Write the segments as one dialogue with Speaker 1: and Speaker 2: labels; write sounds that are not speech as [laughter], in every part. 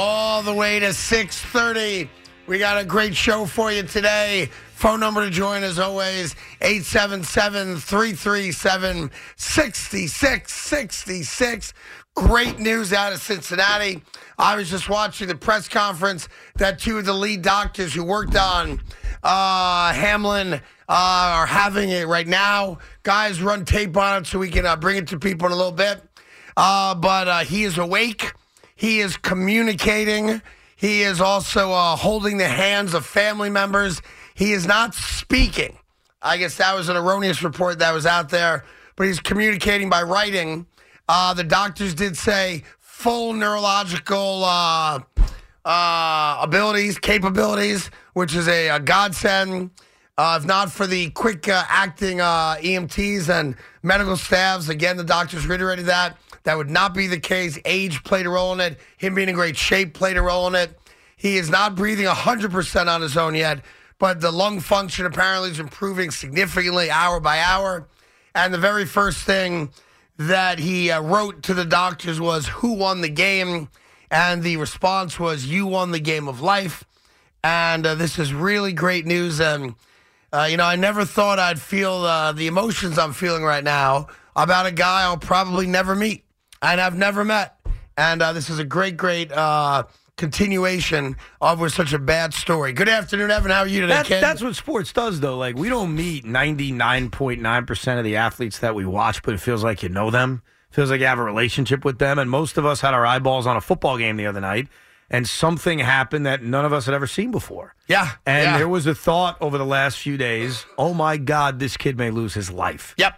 Speaker 1: all the way to 6.30 we got a great show for you today phone number to join as always 877-337-6666 great news out of cincinnati i was just watching the press conference that two of the lead doctors who worked on uh, hamlin uh, are having it right now guys run tape on it so we can uh, bring it to people in a little bit uh, but uh, he is awake he is communicating. He is also uh, holding the hands of family members. He is not speaking. I guess that was an erroneous report that was out there, but he's communicating by writing. Uh, the doctors did say full neurological uh, uh, abilities, capabilities, which is a, a godsend. Uh, if not for the quick uh, acting uh, EMTs and medical staffs, again, the doctors reiterated that. That would not be the case. Age played a role in it. Him being in great shape played a role in it. He is not breathing 100% on his own yet, but the lung function apparently is improving significantly hour by hour. And the very first thing that he uh, wrote to the doctors was, Who won the game? And the response was, You won the game of life. And uh, this is really great news. And, uh, you know, I never thought I'd feel uh, the emotions I'm feeling right now about a guy I'll probably never meet and I've never met. And uh, this is a great, great uh, continuation of with such a bad story. Good afternoon, Evan. How are you today,
Speaker 2: That's,
Speaker 1: kid?
Speaker 2: that's what sports does, though. Like, we don't meet 99.9% of the athletes that we watch, but it feels like you know them. feels like you have a relationship with them. And most of us had our eyeballs on a football game the other night, and something happened that none of us had ever seen before.
Speaker 1: yeah.
Speaker 2: And
Speaker 1: yeah.
Speaker 2: there was a thought over the last few days oh my God, this kid may lose his life.
Speaker 1: Yep.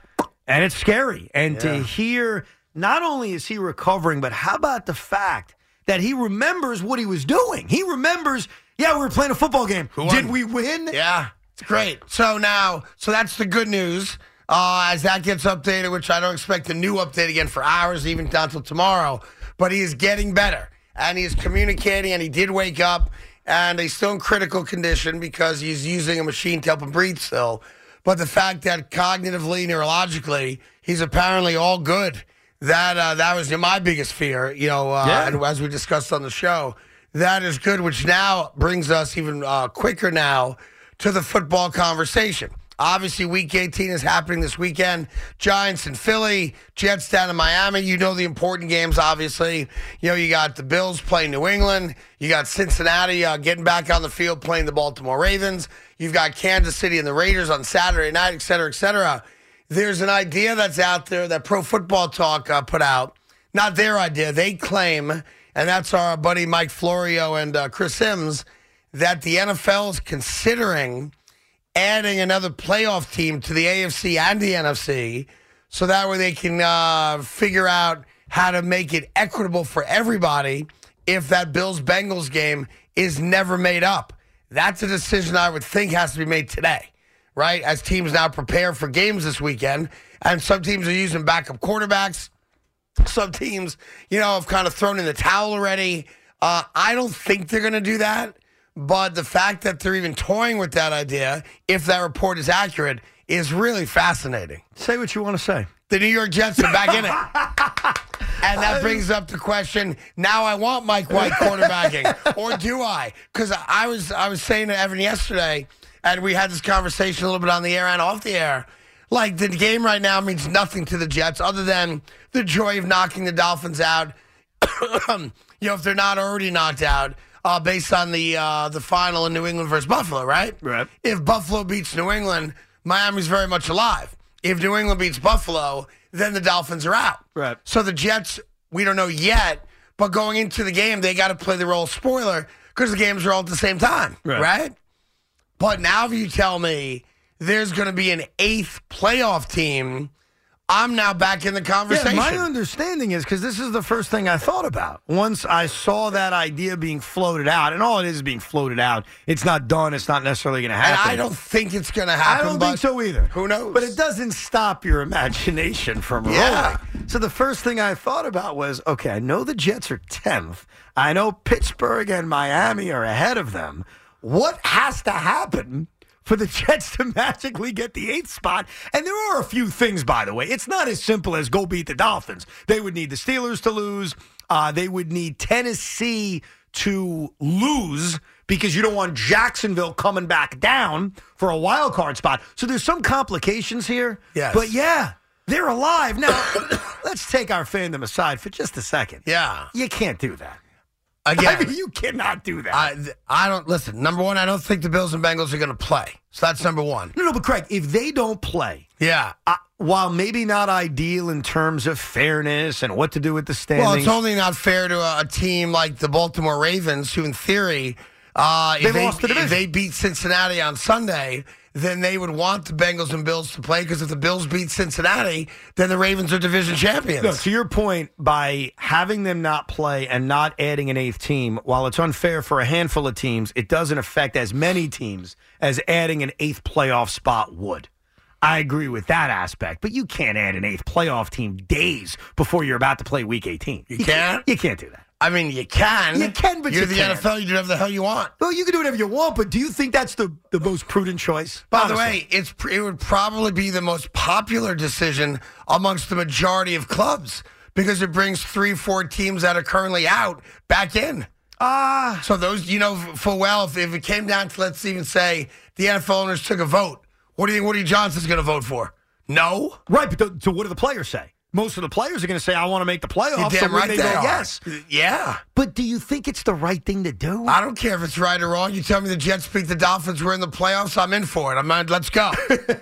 Speaker 2: And it's scary. And to hear not only is he recovering, but how about the fact that he remembers what he was doing? He remembers, yeah, we were playing a football game.
Speaker 1: won?
Speaker 2: Did we win?
Speaker 1: Yeah, it's great. So now, so that's the good news. Uh, as that gets updated, which I don't expect a new update again for hours, even down till tomorrow. But he is getting better, and he is communicating, and he did wake up, and he's still in critical condition because he's using a machine to help him breathe still. But the fact that cognitively, neurologically, he's apparently all good. That uh, that was my biggest fear, you know, uh,
Speaker 2: Yeah.
Speaker 1: and as we discussed on the show, that is good, which now brings us even uh, quicker now to the football conversation. Obviously, Week 18 is happening this weekend. Giants and Philly, Jets down in Miami. You know the important games, obviously. You know, you got the Bills playing New England. You got Cincinnati uh, getting back on the field playing the Baltimore Ravens. You've got Kansas City and the Raiders on Saturday night, et cetera, et cetera there's an idea that's out there that Pro Football Talk uh, put out. Not their idea. They claim, and that's our buddy Mike Florio and uh, Chris Sims, that the NFL is considering adding another playoff team to the AFC and the NFC so that way they can uh, figure out how to make it equitable for everybody if that Bills Bengals game is never made up. That's a decision I would think has to be made today, right? As teams now prepare for games this weekend, and some teams are using backup quarterbacks some teams, you know, have kind of thrown in the towel already. Uh, I don't think they're going to do that, but the fact that they're even toying with that idea, if that report is accurate, is really fascinating.
Speaker 2: Say what you want to say.
Speaker 1: The New York Jets are back in it. And that brings up the question: Now I want Mike White quarterbacking, or do I? Because I was I was saying to Evan yesterday, and we had this conversation a little bit on the air and off the air. Like the game right now means nothing to the Jets other than the joy of knocking the Dolphins out. [coughs] you know, if they're not already knocked out, uh, based on the uh, the final in New England versus Buffalo, right?
Speaker 2: Right.
Speaker 1: If Buffalo beats New England, Miami's very much alive. If New England beats Buffalo, then the Dolphins are out.
Speaker 2: Right.
Speaker 1: So the Jets, we don't know yet, but going into the game, they got to play the role of spoiler because the games are all at the same time,
Speaker 2: Right.
Speaker 1: right? But now, if you tell me there's going to be an eighth playoff team, I'm now back in the
Speaker 2: Yeah,
Speaker 1: conversation.
Speaker 2: my understanding is because this is the first thing I thought about once I saw that idea being floated out, and all it is is being floated out. It's not done. It's not necessarily going to
Speaker 1: and
Speaker 2: happen.
Speaker 1: I don't think it's going to
Speaker 2: I
Speaker 1: happen.
Speaker 2: don't
Speaker 1: but
Speaker 2: think so either.
Speaker 1: Who knows?
Speaker 2: But it doesn't stop your imagination from
Speaker 1: Yeah.
Speaker 2: rolling. So the first thing I thought about was, okay, I know the Jets are tenth. I know Pittsburgh and Miami are ahead of them. What has to happen? For the [laughs] Jets to magically get the eighth spot. And there are a few things, by the way. It's not as simple as go beat the Dolphins. They would need the Steelers to lose. Uh, they would need Tennessee to lose because you don't want Jacksonville coming back down for a wild card spot. So there's some complications here.
Speaker 1: Yes.
Speaker 2: But yeah, they're alive. Now, [coughs] let's take our fandom aside for just a second.
Speaker 1: Yeah.
Speaker 2: You can't do that.
Speaker 1: Again,
Speaker 2: e- I mean, you cannot do that.
Speaker 1: I, th- I don't listen. Number one, I don't think the Bills and Bengals are going to play. So that's number one.
Speaker 2: no, no, but Craig, if they don't play,
Speaker 1: Yeah.
Speaker 2: uh, while maybe not ideal in terms of fairness and what to do with the standings,
Speaker 1: Well, it's only not fair to a, a team like the Baltimore Ravens, who in theory, uh, if,
Speaker 2: They lost the division.
Speaker 1: if they beat Cincinnati on Sunday, then they would want the Bengals and Bills to play because if the Bills beat Cincinnati, then the Ravens are division champions.
Speaker 2: No, to your point, by having them not play and not adding an eighth team, while it's unfair for a handful of teams, it doesn't affect as many teams as adding an eighth playoff spot would. I agree with that aspect, but you can't add an eighth playoff team days before you're about to play Week 18. You,
Speaker 1: can't?
Speaker 2: You can't do that.
Speaker 1: I mean, you can.
Speaker 2: You can, but
Speaker 1: you're
Speaker 2: you
Speaker 1: the
Speaker 2: can't.
Speaker 1: NFL. You do whatever the hell you want.
Speaker 2: Well, you can do whatever you want, but do you think that's the, the most prudent choice?
Speaker 1: By the way, it's pr- it would probably be the most popular decision amongst the majority of clubs because it brings three, four teams that are currently out back in.
Speaker 2: ah,
Speaker 1: So those, you know, f- full well, if, if it came down to let's even say the NFL owners took a vote, what do you think Woody Johnson's going to vote for? No.
Speaker 2: right. But th- so what do the players say? Most of the players are going to say, "I want to make the playoffs."
Speaker 1: You're
Speaker 2: so
Speaker 1: damn
Speaker 2: when
Speaker 1: right
Speaker 2: they
Speaker 1: they,
Speaker 2: go,
Speaker 1: are.
Speaker 2: Yes,
Speaker 1: Yeah.
Speaker 2: But do you think it's the right thing to do?
Speaker 1: I don't care if it's right or wrong. You tell me the Jets beat the Dolphins, we're in the playoffs. I'm in for it. I'm not, let's
Speaker 2: [laughs]
Speaker 1: go.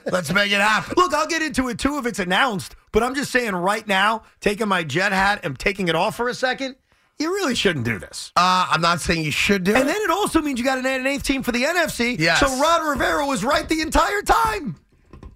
Speaker 1: let's make it happen.
Speaker 2: Look, I'll get into it too if it's announced, but I'm just saying right now, taking my jet hat and taking it off for a second, you really shouldn't do this.
Speaker 1: Uh, I'm not saying you should do it.
Speaker 2: And then it also means you got an add an eighth team for the NFC.
Speaker 1: Yes.
Speaker 2: So Rod Rivera was right the entire time.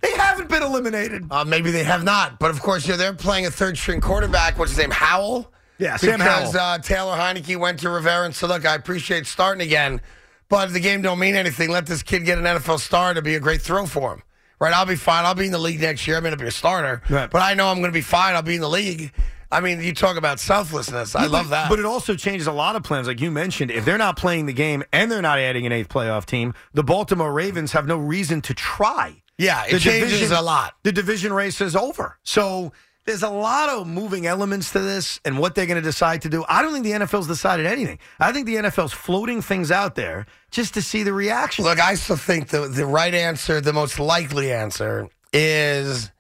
Speaker 2: They haven't been eliminated.
Speaker 1: Uh, maybe they have not, but of course, you know, they're playing a third string quarterback. What's his name? Howell.
Speaker 2: Yeah, Sam
Speaker 1: because
Speaker 2: Howell.
Speaker 1: Uh, Taylor Heineke went to Rivera and said, "Look, I appreciate starting again, but the game don't mean anything. Let this kid get an NFL start. It'll be a great throw for him, right? I'll be fine. I'll be in the league next year. I'm going to be a starter,
Speaker 2: Right.
Speaker 1: but I know I'm going to be fine. I'll be in the league. I mean, you talk about selflessness. I love that.
Speaker 2: But it also changes a lot of plans. Like you mentioned, if they're not playing the game and they're not adding an eighth playoff team, the Baltimore Ravens have no reason to try.
Speaker 1: Yeah, it
Speaker 2: The
Speaker 1: changes
Speaker 2: division-
Speaker 1: a lot.
Speaker 2: The division race is over. So there's a lot of moving elements to this and what they're going to decide to do. I don't think the NFL's decided anything. I think the NFL's floating things out there just to see the reaction.
Speaker 1: Look, I still think the, the right answer, the most likely answer, is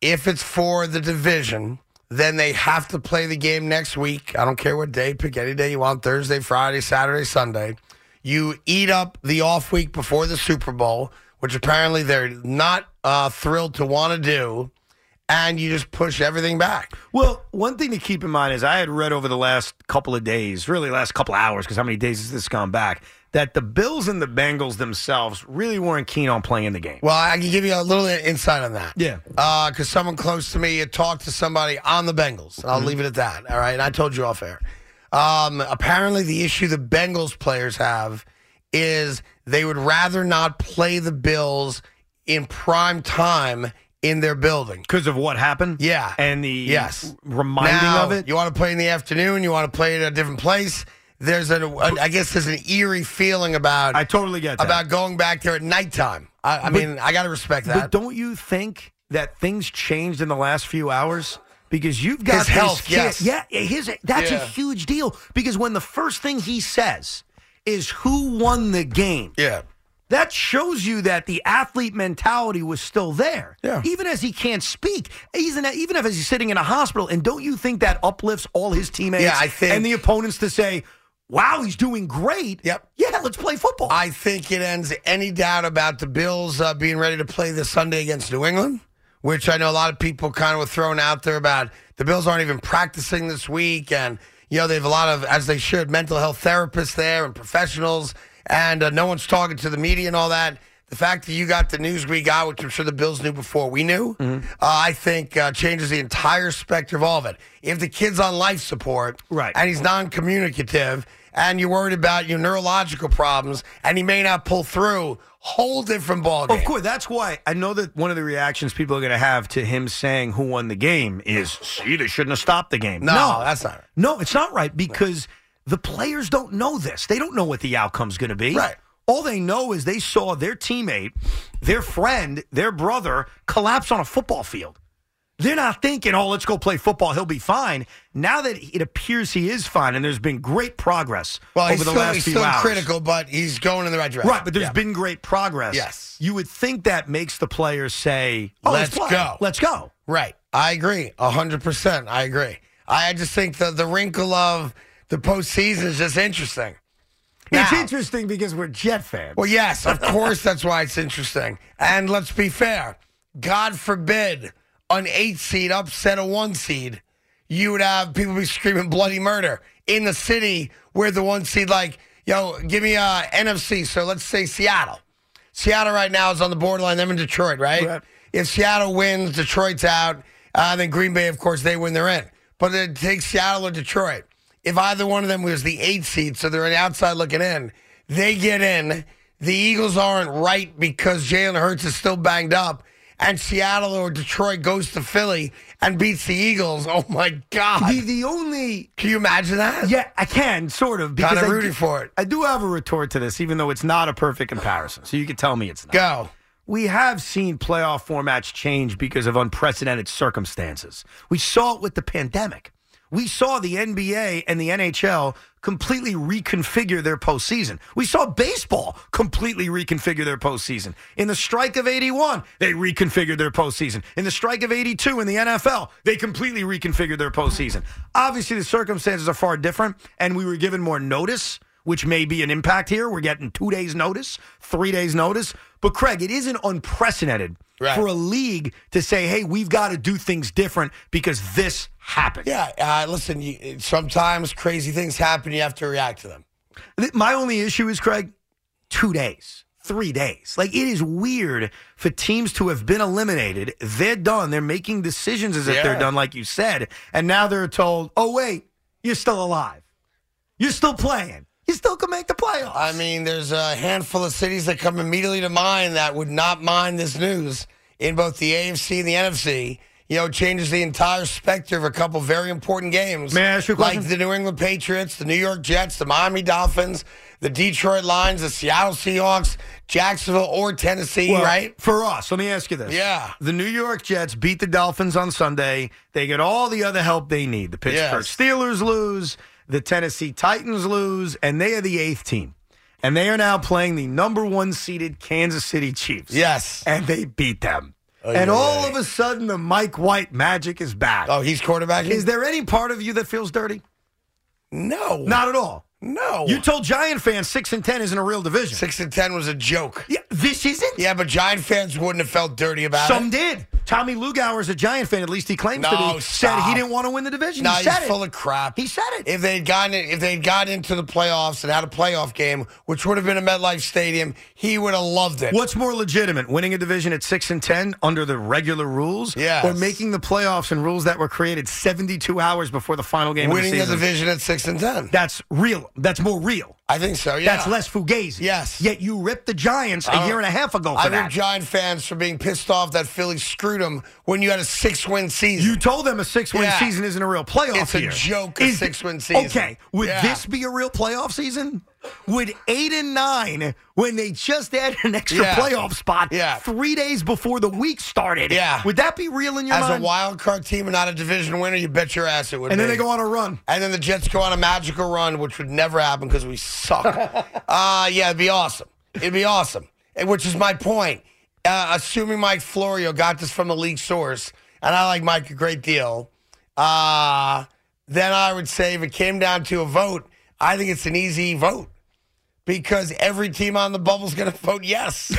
Speaker 1: if it's for the division, then they have to play the game next week. I don't care what day, pick any day you want Thursday, Friday, Saturday, Sunday. You eat up the off week before the Super Bowl, which apparently they're not uh, thrilled to want to do, and you just push everything back.
Speaker 2: Well, one thing to keep in mind is I had read over the last couple of days, really last couple of hours, because how many days has this gone back, that the Bills and the Bengals themselves really weren't keen on playing the game.
Speaker 1: Well, I can give you a little insight on that.
Speaker 2: Yeah.
Speaker 1: Because someone close to me had talked to somebody on the Bengals. And I'll
Speaker 2: Mm-hmm.
Speaker 1: leave it at that. All right. And I told you off air. Um, apparently, the issue the Bengals players have is they would rather not play the Bills in prime time in their building.
Speaker 2: Because of what happened?
Speaker 1: Yeah.
Speaker 2: And the
Speaker 1: Yes.
Speaker 2: reminding
Speaker 1: now,
Speaker 2: of it?
Speaker 1: You want to play in the afternoon, you want to play at a different place. There's a, I guess there's an eerie feeling about
Speaker 2: I totally get that.
Speaker 1: about going back there at nighttime. I, I mean, I got to respect that.
Speaker 2: But don't you think that things changed in the last few hours? Because you've got
Speaker 1: His
Speaker 2: this
Speaker 1: health,
Speaker 2: kid-
Speaker 1: yes.
Speaker 2: yeah, his, that's
Speaker 1: Yeah.
Speaker 2: a huge deal. Because when the first thing he says is who won the game,
Speaker 1: Yeah.
Speaker 2: that shows you that the athlete mentality was still there.
Speaker 1: Yeah.
Speaker 2: Even as he can't speak, even even if as he's sitting in a hospital, and don't you think that uplifts all his teammates?
Speaker 1: Yeah, I think-
Speaker 2: and the opponents to say, "Wow, he's doing great."
Speaker 1: Yep.
Speaker 2: Yeah, let's play football.
Speaker 1: I think it ends any doubt about the Bills uh, being ready to play this Sunday against New England, which I know a lot of people kind of were throwing out there about the Bills aren't even practicing this week. And, you know, they have a lot of, as they should, mental health therapists there and professionals, and uh, no one's talking to the media and all that. The fact that you got the news we got, which I'm sure the Bills knew before we knew, uh, I think uh, changes the entire spectrum of all of it. If the kid's on life support,
Speaker 2: Right.
Speaker 1: and he's non-communicative and you're worried about your neurological problems and he may not pull through whole different ball game.
Speaker 2: Of course, that's why I know that one of the reactions people are going to have to him saying who won the game is see they shouldn't have stopped the game.
Speaker 1: No, that's not right.
Speaker 2: No, it's not right because the players don't know this. They don't know what the outcome's going to be.
Speaker 1: Right.
Speaker 2: All they know is they saw their teammate, their friend, their brother collapse on a football field. They're not thinking, oh, let's go play football. He'll be fine. Now that it appears he is fine, and there's been great progress
Speaker 1: Well,
Speaker 2: over
Speaker 1: he's
Speaker 2: the
Speaker 1: still,
Speaker 2: last
Speaker 1: he's
Speaker 2: few
Speaker 1: still
Speaker 2: hours.
Speaker 1: critical, but he's going in the right direction.
Speaker 2: Right, but there's
Speaker 1: Yeah.
Speaker 2: been great progress.
Speaker 1: Yes.
Speaker 2: You would think that makes the players say, oh,
Speaker 1: Let's
Speaker 2: play.
Speaker 1: go.
Speaker 2: Let's go.
Speaker 1: Right. I agree. 100%. I agree. I just think the, the wrinkle of the postseason is just interesting.
Speaker 2: It's
Speaker 1: Now-
Speaker 2: interesting because we're Jet fans.
Speaker 1: Well, yes, of course, that's why it's interesting. And let's be fair. God forbid an eight seed upset a one seed. You would have people be screaming bloody murder in the city where the one seed, like, yo, give me uh, a NFC. So let's say Seattle. Seattle right now is on the borderline. Them in Detroit, right?
Speaker 2: Right.
Speaker 1: If Seattle wins, Detroit's out. Uh, then Green Bay, of course, they win. They're in. But it takes Seattle or Detroit. If either one of them was the eight seed, so they're on the outside looking in, they get in. The Eagles aren't right because Jalen Hurts is still banged up. And Seattle or Detroit goes to Philly and beats the Eagles. Oh my God.
Speaker 2: the, the only.
Speaker 1: Can you imagine that?
Speaker 2: Yeah, I can, sort of. Because
Speaker 1: Kind of
Speaker 2: I
Speaker 1: rooting
Speaker 2: do-
Speaker 1: for it.
Speaker 2: I do have a retort to this, even though it's not a perfect comparison. So you can tell me it's not.
Speaker 1: Go.
Speaker 2: We have seen playoff formats change because of unprecedented circumstances. We saw it with the pandemic. We saw the NBA and the NHL completely reconfigure their postseason. We saw baseball completely reconfigure their postseason. In the strike of 81, they reconfigured their postseason. In the strike of 82 in the NFL, they completely reconfigured their postseason. Obviously, the circumstances are far different, and we were given more notice which may be an impact here. We're getting two days' notice, three days' notice. But Craig, it isn't unprecedented
Speaker 1: Right.
Speaker 2: for a league to say, hey, we've got to do things different because this happened.
Speaker 1: Yeah. Uh, listen, you, sometimes crazy things happen. You have to react to them.
Speaker 2: Th- My only issue is, Craig, two days, three days. Like, it is weird for teams to have been eliminated. They're done. They're making decisions as if
Speaker 1: Yeah.
Speaker 2: they're done, like you said. And now they're told, oh, wait, you're still alive. You're still playing. You still can make the playoffs.
Speaker 1: I mean, there's a handful of cities that come immediately to mind that would not mind this news in both the AFC and the NFC. You know, it changes the entire specter of a couple very important games.
Speaker 2: May I ask you a question?
Speaker 1: Like the New England Patriots, the New York Jets, the Miami Dolphins, the Detroit Lions, the Seattle Seahawks, Jacksonville or Tennessee,
Speaker 2: Well,
Speaker 1: right?
Speaker 2: For us, let me ask you this.
Speaker 1: Yeah.
Speaker 2: The New York Jets beat the Dolphins on Sunday. They get all the other help they need. The Pittsburgh
Speaker 1: Yes.
Speaker 2: Steelers lose, the Tennessee Titans lose, and they are the eighth team. And they are now playing the number one seeded Kansas City Chiefs.
Speaker 1: Yes.
Speaker 2: And they beat them.
Speaker 1: Oy,
Speaker 2: and
Speaker 1: oy,
Speaker 2: all
Speaker 1: oy.
Speaker 2: of a sudden, the Mike White magic is back.
Speaker 1: Oh, he's quarterbacking?
Speaker 2: Is there any part of you that feels dirty?
Speaker 1: no.
Speaker 2: Not at all.
Speaker 1: no.
Speaker 2: You told Giant fans 6 and 10 isn't a real division.
Speaker 1: Six and ten was a joke.
Speaker 2: Yeah, this isn't?
Speaker 1: Yeah, but Giant fans wouldn't have felt dirty about it.
Speaker 2: Some did. Tommy Lugauer is a Giant fan. At least he claims to
Speaker 1: No,
Speaker 2: be. Said he
Speaker 1: stop.
Speaker 2: didn't want to win the division.
Speaker 1: No,
Speaker 2: he said
Speaker 1: he's
Speaker 2: it.
Speaker 1: full of crap.
Speaker 2: he said it.
Speaker 1: If they'd gotten it, if they'd gotten into the playoffs and had a playoff game, which would have been a MetLife Stadium, he would have loved it.
Speaker 2: What's more legitimate, winning a division at six and ten under the regular rules,
Speaker 1: Yes.
Speaker 2: or making the playoffs and rules that were created seventy-two hours before the final game
Speaker 1: Winning
Speaker 2: of the
Speaker 1: the
Speaker 2: season?
Speaker 1: division at six and ten.
Speaker 2: That's real. That's more real.
Speaker 1: I think so. Yeah,
Speaker 2: That's less fugazi.
Speaker 1: Yes. Uh,
Speaker 2: Yet you ripped the Giants a year and a half ago for
Speaker 1: I
Speaker 2: that.
Speaker 1: heard Giant fans for being pissed off that Philly screwed them when you had a six-win season.
Speaker 2: You told them a six-win
Speaker 1: Yeah.
Speaker 2: season isn't a real playoff
Speaker 1: It's a
Speaker 2: year.
Speaker 1: joke, a
Speaker 2: Is-
Speaker 1: six-win season.
Speaker 2: Okay, would
Speaker 1: Yeah.
Speaker 2: this be a real playoff season? Would eight and nine, when they just added an extra
Speaker 1: Yeah.
Speaker 2: playoff spot
Speaker 1: Yeah.
Speaker 2: three days before the week started,
Speaker 1: Yeah.
Speaker 2: would that be real in your
Speaker 1: As
Speaker 2: mind?
Speaker 1: a wild card team and not a division winner, you bet your ass it would.
Speaker 2: and then
Speaker 1: be.
Speaker 2: they go on a run.
Speaker 1: And then the Jets go on a magical run, which would never happen because we suck. uh, yeah, it'd be awesome. It'd be awesome. And Which is my point. Uh, assuming Mike Florio got this from a league source, and I like Mike a great deal, uh, then I would say if it came down to a vote, I think it's an easy vote because every team on the bubble's going to vote yes.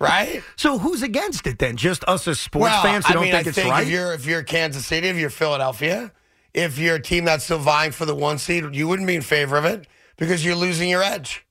Speaker 1: right?
Speaker 2: So who's against it then? Just us as sports fans who
Speaker 1: I
Speaker 2: don't
Speaker 1: mean,
Speaker 2: think
Speaker 1: I
Speaker 2: it's
Speaker 1: think
Speaker 2: right?
Speaker 1: If you're if you're Kansas City, if you're Philadelphia, if you're a team that's still vying for the one seed, you wouldn't be in favor of it because you're losing your edge.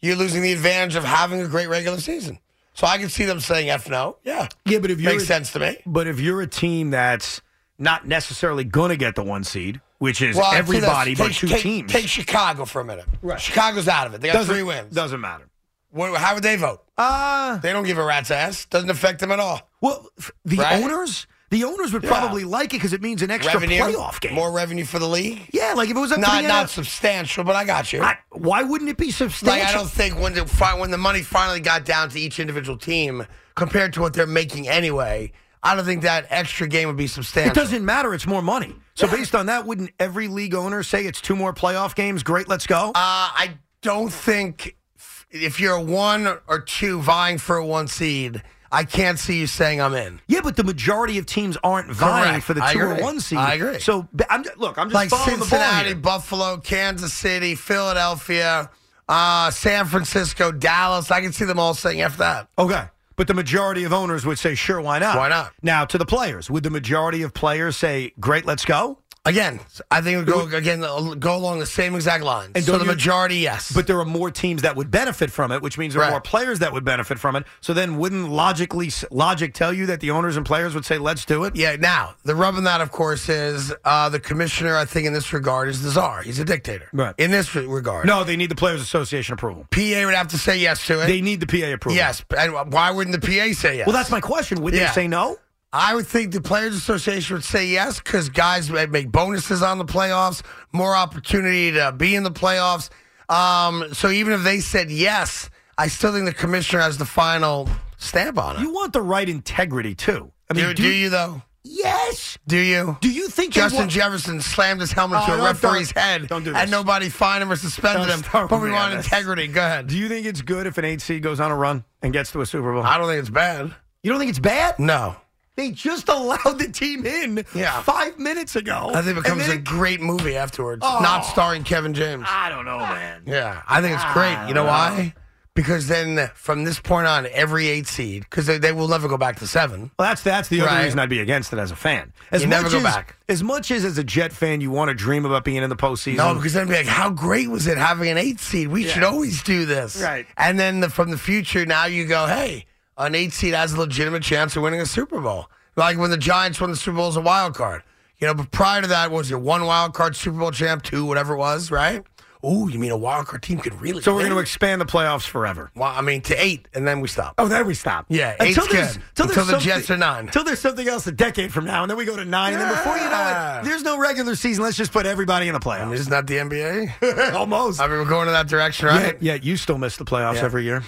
Speaker 1: You're losing the advantage of having a great regular season. So I can see them saying F no. Yeah.
Speaker 2: yeah, but if you're
Speaker 1: Makes sense to me.
Speaker 2: But if you're a team that's not necessarily going to get the one seed, which
Speaker 1: I'd
Speaker 2: is
Speaker 1: say that's-
Speaker 2: everybody but
Speaker 1: take-
Speaker 2: two
Speaker 1: take,
Speaker 2: teams,
Speaker 1: Take Chicago for a minute.
Speaker 2: Right.
Speaker 1: Chicago's out of it. They got
Speaker 2: doesn't,
Speaker 1: three wins.
Speaker 2: doesn't matter.
Speaker 1: What- How would they vote?
Speaker 2: Uh,
Speaker 1: They don't give a rat's ass. Doesn't affect them at all.
Speaker 2: Well, f- the
Speaker 1: Right?
Speaker 2: owners, the owners would probably like it because it means an extra
Speaker 1: Revenue.
Speaker 2: playoff game.
Speaker 1: More revenue for the league.
Speaker 2: yeah, like if it was up to
Speaker 1: Not
Speaker 2: the
Speaker 1: not
Speaker 2: NFL
Speaker 1: substantial, but I got you.
Speaker 2: I- why wouldn't it be
Speaker 1: Like I
Speaker 2: substantial?
Speaker 1: don't think when the fi- when the money finally got down to each individual team compared to what they're making anyway, I don't think that extra game would be substantial.
Speaker 2: It doesn't matter. It's more money. So based on that, wouldn't every league owner say it's two more playoff games? Great, let's go.
Speaker 1: Uh, I don't think f- if you're one or two vying for a one seed, I can't see you saying I'm in.
Speaker 2: yeah, but the majority of teams aren't vying
Speaker 1: Correct.
Speaker 2: for the
Speaker 1: I
Speaker 2: two or
Speaker 1: agree.
Speaker 2: one seed.
Speaker 1: I agree.
Speaker 2: So but I'm just, look, I'm just
Speaker 1: Like
Speaker 2: following
Speaker 1: Cincinnati,
Speaker 2: the ball.
Speaker 1: Buffalo, Kansas City, Philadelphia, uh, San Francisco, Dallas. I can see them all saying F that.
Speaker 2: Here. Okay. But the majority of owners would say, sure, why not?
Speaker 1: Why not?
Speaker 2: Now, to the players, would the majority of players say, great, let's go?
Speaker 1: Again, I think it would go again go along the same exact lines.
Speaker 2: And
Speaker 1: so
Speaker 2: don't
Speaker 1: the
Speaker 2: you-
Speaker 1: majority, yes.
Speaker 2: But there are more teams that would benefit from it, which means there
Speaker 1: Right.
Speaker 2: are more players that would benefit from it. So then, wouldn't logically logic tell you that the owners and players would say, "Let's do it"?
Speaker 1: yeah, now the rub in that, of course, is uh, the commissioner. I think in this regard is the czar. He's a dictator.
Speaker 2: Right.
Speaker 1: In this re- regard,
Speaker 2: No, they need the Players Association approval.
Speaker 1: PA would have to say yes to it.
Speaker 2: They need the PA approval.
Speaker 1: Yes, but and why wouldn't the PA say yes?
Speaker 2: Well, that's my question. Would
Speaker 1: Yeah.
Speaker 2: they say no?
Speaker 1: I would think the Players Association would say yes because guys may make bonuses on the playoffs, more opportunity to be in the playoffs. Um, so even if they said yes, I still think the commissioner has the final stamp on it.
Speaker 2: You want the right integrity too. I mean,
Speaker 1: do, do you though?
Speaker 2: Yes.
Speaker 1: Do you?
Speaker 2: Do you think they
Speaker 1: Justin
Speaker 2: want-
Speaker 1: Jefferson slammed his helmet
Speaker 2: Oh,
Speaker 1: to a
Speaker 2: don't-
Speaker 1: referee's
Speaker 2: don't-
Speaker 1: head,
Speaker 2: don't do this.
Speaker 1: and nobody fined him or suspended
Speaker 2: Don't
Speaker 1: him.
Speaker 2: start
Speaker 1: But
Speaker 2: with
Speaker 1: we
Speaker 2: me on
Speaker 1: want
Speaker 2: this.
Speaker 1: integrity. Go ahead.
Speaker 2: Do you think it's good if an eight seed goes on a run and gets to a Super Bowl?
Speaker 1: I don't think it's bad.
Speaker 2: you don't think it's bad?
Speaker 1: No,
Speaker 2: They just [laughs] allowed the team in
Speaker 1: Yeah.
Speaker 2: five minutes ago.
Speaker 1: I think it Ah.
Speaker 2: And
Speaker 1: becomes
Speaker 2: then
Speaker 1: a
Speaker 2: it-
Speaker 1: great movie afterwards.
Speaker 2: Oh.
Speaker 1: Not starring Kevin James.
Speaker 2: I don't know, man.
Speaker 1: Yeah, I think it's great. You know why? Because then from this point on, every eight seed, because they, they will never go back to seven.
Speaker 2: Well, that's that's the
Speaker 1: Right.
Speaker 2: other reason I'd be against it as a fan. As
Speaker 1: You never go
Speaker 2: as,
Speaker 1: back.
Speaker 2: As much as as a Jet fan, you want to dream about being in the postseason.
Speaker 1: No, because then be like, how great was it having an eight seed? We should always do this.
Speaker 2: Right.
Speaker 1: And then the, from the future, now you go, hey, an eight seed has a legitimate chance of winning a Super Bowl. Like when the Giants won the Super Bowl as a wild card. You know, but prior to that, what was it one wild card Super Bowl champ, two, whatever it was, right? Ooh, you mean a wild card team could really
Speaker 2: so we're
Speaker 1: win?
Speaker 2: going to expand the playoffs forever.
Speaker 1: well, I mean, to eight, and then we stop.
Speaker 2: Oh, there we stop.
Speaker 1: Yeah,
Speaker 2: until
Speaker 1: eight's
Speaker 2: there's,
Speaker 1: good.
Speaker 2: Until,
Speaker 1: Until
Speaker 2: there's
Speaker 1: the
Speaker 2: something-
Speaker 1: Jets are nine.
Speaker 2: Until there's something else a decade from now, and then we go to nine, and then before you know
Speaker 1: Yeah.
Speaker 2: it, there's no regular season. Let's just put everybody in the
Speaker 1: I
Speaker 2: playoffs.
Speaker 1: mean, isn't that the NBA?
Speaker 2: [laughs]
Speaker 1: [laughs]
Speaker 2: Almost.
Speaker 1: I mean, we're going in that direction,
Speaker 2: yeah,
Speaker 1: right?
Speaker 2: yeah, you still miss the playoffs
Speaker 1: Yeah.
Speaker 2: every year.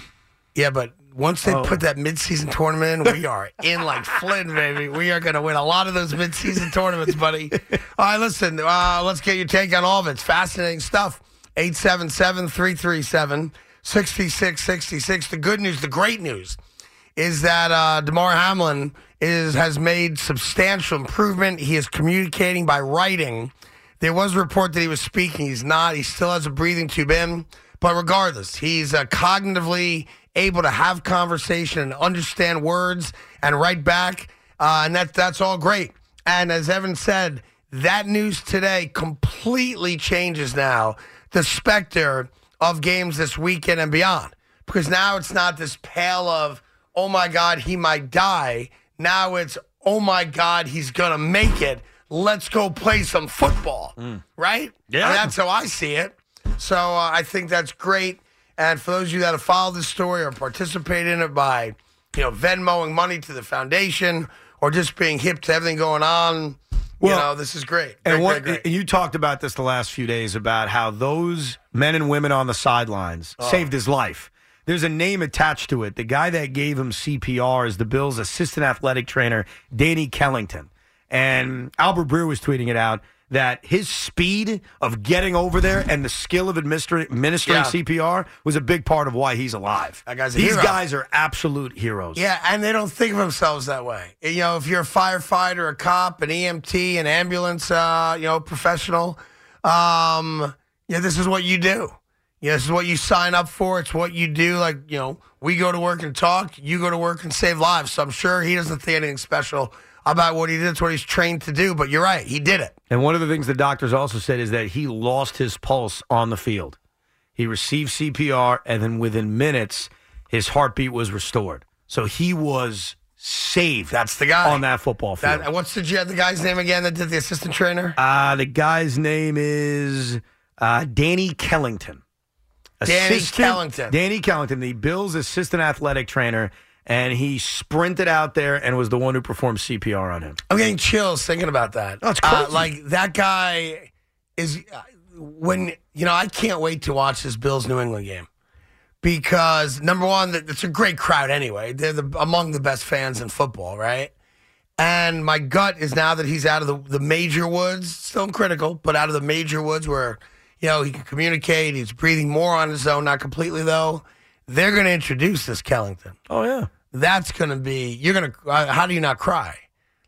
Speaker 1: Yeah, but once they
Speaker 2: Oh.
Speaker 1: put that midseason tournament in, we are in like Flynn, baby. We are going to win a lot of those midseason tournaments, buddy. All right, listen, uh, let's get your take on all of it. It's fascinating stuff. 877 337 6666. The good news, the great news is that uh, DeMar Hamlin is has made substantial improvement. He is communicating by writing. There was a report that he was speaking. He's not. He still has a breathing tube in. But regardless, he's uh, cognitively able to have conversation and understand words and write back. Uh, and that, that's all great. And as Evan said, that news today completely changes now the specter of games this weekend and beyond. Because now it's not this pale of, oh my God, he might die. Now it's, oh my God, he's going to make it. Let's go play some football. Right?
Speaker 2: Yeah.
Speaker 1: And that's how I see it. So uh, I think that's great. And for those of you that have followed this story or participated in it by, you know, Venmoing money to the foundation or just being hip to everything going on, you
Speaker 2: Well,
Speaker 1: know, this is great.
Speaker 2: And
Speaker 1: Great,
Speaker 2: what
Speaker 1: great, great.
Speaker 2: and you talked about this the last few days about how those men and women on the sidelines
Speaker 1: Oh.
Speaker 2: saved his life. There's a name attached to it. The guy that gave him CPR is the Bills' assistant athletic trainer, Danny Kellington. And Albert Breer was tweeting it out that his speed of getting over there and the skill of administering, administering
Speaker 1: Yeah.
Speaker 2: CPR was a big part of why he's alive.
Speaker 1: That guy's a
Speaker 2: These
Speaker 1: hero.
Speaker 2: guys are absolute heroes.
Speaker 1: Yeah, and they don't think of themselves that way. You know, if you're a firefighter, a cop, an EMT, an ambulance, uh, you know, professional, um, yeah, this is what you do. Yeah, this is what you sign up for. It's what you do. Like, you know, we go to work and talk. You go to work and save lives. So I'm sure he doesn't think anything special about what he did. It's what he's trained to do. But you're right, he did it.
Speaker 2: And one of the things the doctors also said is that he lost his pulse on the field. He received CPR, and then within minutes, his heartbeat was restored. So he was saved.
Speaker 1: That's the guy.
Speaker 2: on that football field.
Speaker 1: That, and what's the, the guy's name again that did the assistant trainer?
Speaker 2: uh, the guy's name is uh, Danny Kellington.
Speaker 1: Danny
Speaker 2: Assistant-
Speaker 1: Kellington.
Speaker 2: Danny Kellington, the Bills' assistant athletic trainer, and he sprinted out there and was the one who performed CPR on him.
Speaker 1: I'm getting chills thinking about that.
Speaker 2: Oh, it's
Speaker 1: Uh,
Speaker 2: crazy.
Speaker 1: like that guy is uh, when you know I can't wait to watch this Bills New England game because number one, that- it's a great crowd anyway. They're the, among the best fans in football, right? And my gut is now that he's out of the, the major woods, still critical, but out of the major woods where, you know, he can communicate, he's breathing more on his own, not completely though. They're going to introduce this Kellington.
Speaker 2: Oh yeah.
Speaker 1: That's going to be, you're going to, uh, how do you not cry?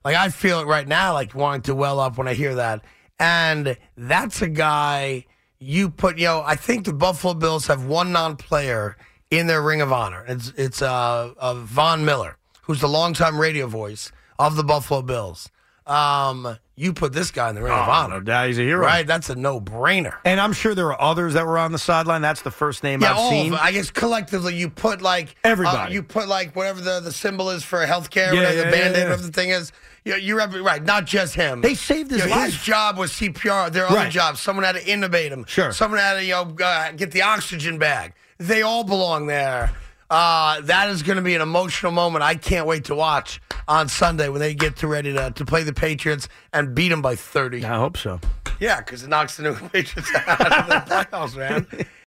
Speaker 1: Like, I feel it right now, like wanting to well up when I hear that. And that's a guy you put, you know, I think the Buffalo Bills have one non player in their ring of honor. It's, it's uh, uh, Von Miller, who's the longtime radio voice of the Buffalo Bills. Um, you put this guy in the ring of honor.
Speaker 2: no doubt. He's a hero.
Speaker 1: Right? That's a no brainer.
Speaker 2: And I'm sure there are others that were on the sideline. That's the first name
Speaker 1: Yeah,
Speaker 2: I've
Speaker 1: all
Speaker 2: seen.
Speaker 1: of, I guess collectively you put like uh,
Speaker 2: Everybody.
Speaker 1: you put like whatever the, the symbol is for healthcare,
Speaker 2: Yeah,
Speaker 1: whatever
Speaker 2: yeah,
Speaker 1: the band aid,
Speaker 2: yeah, yeah.
Speaker 1: whatever the thing is. You, you rep- right, not just him.
Speaker 2: They saved his
Speaker 1: You know,
Speaker 2: life.
Speaker 1: His job was CPR. Their other
Speaker 2: Right.
Speaker 1: job, someone had to intubate him.
Speaker 2: Sure.
Speaker 1: Someone had to you know, uh, get the oxygen bag. They all belong there. Uh, that is going to be an emotional moment. I can't wait to watch on Sunday when they get to ready to, to play the Patriots and beat them by thirty.
Speaker 2: I hope so.
Speaker 1: [laughs] Yeah, because it knocks the New England Patriots out of the playoffs, man.